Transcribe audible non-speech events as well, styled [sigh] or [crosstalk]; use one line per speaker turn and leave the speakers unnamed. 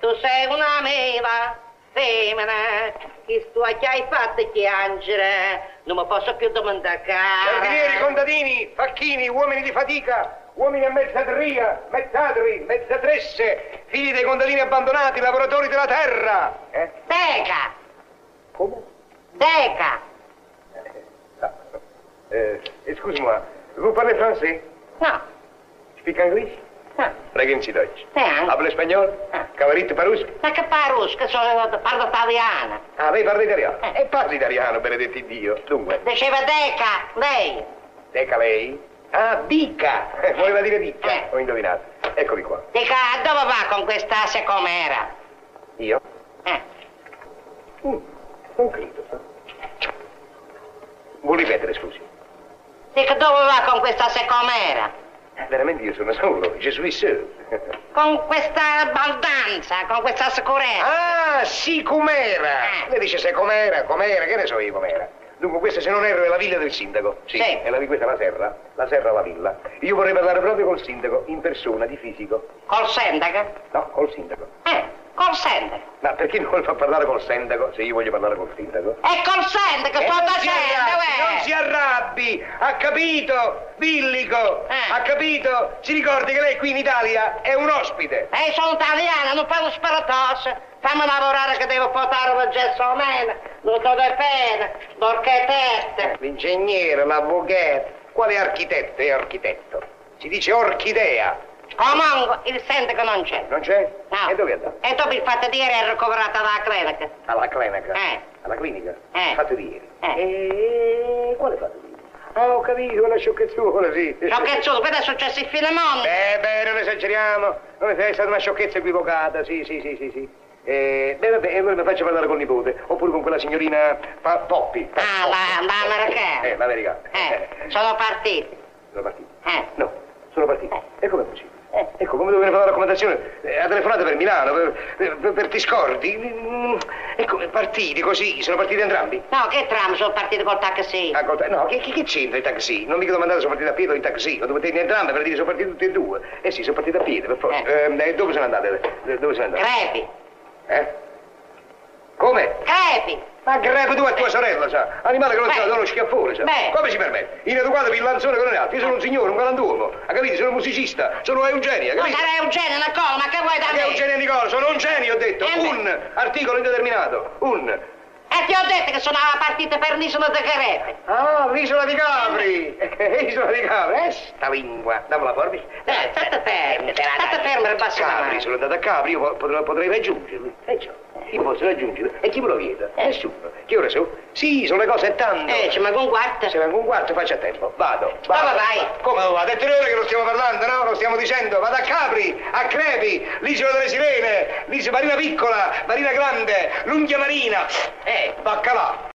tu sei una meva femmina che tu hai già fatto piangere non mi posso più domandare cara
Giardinieri, contadini, facchini, uomini di fatica, uomini a mezzadria, mezzadri, mezzatresse, figli dei contadini abbandonati, lavoratori della terra. Eh?
Deca
Come? Ah,
Deca
Eh, excuse-moi, vous parlez français?
no
Speak English?
no
Pregenzi Deutsch.
Eh.
Habla spagnolo?
Eh.
Cavarito parusco?
ma che parusca sono parlo italiana
Ah, lei parla italiano?
Eh.
E parli italiano, benedetti Dio. Dunque,
diceva Deca lei
deca lei? Ah, dica! Eh, Voleva dire dica,
Eh.
ho indovinato. Eccoli qua.
Dica, dove va con quest'asse com'era?
Io?
Eh,
Mm, non credo. Vuol ripetere, scusi?
dica, dove va con quest'asse com'era?
Veramente io sono solo, Gesù seul.
Con questa abbondanza, con questa sicurezza.
Ah, sì, com'era!
Eh.
Lei dice se com'era, com'era, che ne so io com'era. Dunque, questa, se non erro, è la villa del sindaco.
Sì.
E la, questa è la serra, la serra la villa. Io vorrei parlare proprio col sindaco, in persona, di fisico.
Col sindaco?
No, col sindaco.
Eh, col sindaco.
Ma perché non fa parlare col sindaco se io voglio parlare col sindaco?
E col sindaco
Eh,
sto
non si
dicendo,
arrabbi,
eh.
Non si arrabbi, ha capito, Villico,
Eh.
ha capito. Si ricordi che lei qui in Italia è un ospite.
Eh, sono italiana, non parlo sparatose. Fammi lavorare che devo portare la gelsomena, l'uto de pena, l'orchettette.
Eh, L'ingegnere, l'avvocato, quale architetto è architetto? Si dice orchidea,
Comunque, il sindaco non c'è.
non c'è?
No.
E dove è andato?
E dopo il fatto di ieri è ricoverata dalla clinica.
Alla clinica.
Eh.
Alla clinica?
Eh.
Fatto di ieri.
Eh.
E quale fatto di ieri? Ah, ho capito, una sciocchezzuola, sì.
Sciocchezzoso, questo è successo in fine mondo.
Beh, Eh, beh, non esageriamo. Non è è stata una sciocchezza equivocata, sì, sì, sì, sì, sì. Eh, beh, vabbè, allora mi faccio parlare col nipote, oppure con quella signorina Pa- Poppi.
Ah, la- la americana.
Eh, l'americana.
Eh, sono partiti.
Sono partiti.
Eh.
No, sono partiti. E com'è possibile?
Eh.
Ecco, come dove ne fa la raccomandazione? Eh, Ha telefonato per Milano, per, per, per Tiscordi. Mm, Ecco, partiti così, sono partiti entrambi.
No, che tram, sono partiti col taxi.
Ah, col ta- no, che, che, che c'entra i taxi? Non mica domandate sono partiti a piedi o in taxi, ho dovuto entrambe per dire sono partiti tutti e due. Eh sì, sono partiti a piedi, per forza.
Eh.
Ehm, eh, dove sono andate? Eh, Dove sono andate?
Crepi,
eh? Come?
crepi.
Ma grepe tu a tua sorella, sa. Animale che non
Eh. Beh.
sa, uno schiaffone, sa.
Beh.
Come si permette? Inadeguato per il lanzone con altro. Io sono un signore, un galantuomo. Ha capito? Sono un musicista, sono Eugenia,
Non
capito?
sarei un genio, Nicole, ma che vuoi da
Che
me?
Eugenia Nicola, sono un genio, ho detto.
Eh, beh.
Un articolo indeterminato. Un.
E Eh, ti ho detto che sono alla partita per l'isola di Crepi.
Ah, l'isola di Capri!
Eh,
[laughs] Isola di Capri, eh, sta lingua! Dammi la forbice.
Dai, state fermi, state fermi, e basta la
Capri,
mano.
sono andato a Capri, io po- potrei, potrei raggiungerli. E ciò, io posso raggiungerli. E chi me lo vieta?
Eh.
Nessuno. Che ora so? Sì, sono le cose tante.
Eh, ci manca un quarto.
Se vengo un quarto faccia tempo. Vado, vado.
Dove vai?
Come oh, lo vado? È tre ore che lo stiamo parlando, no? Lo stiamo dicendo. Vado a Capri, a Crepi, l'isola delle Sirene, l'isola Marina Piccola, Marina Grande, l'Unghia Marina. Eh, baccalà.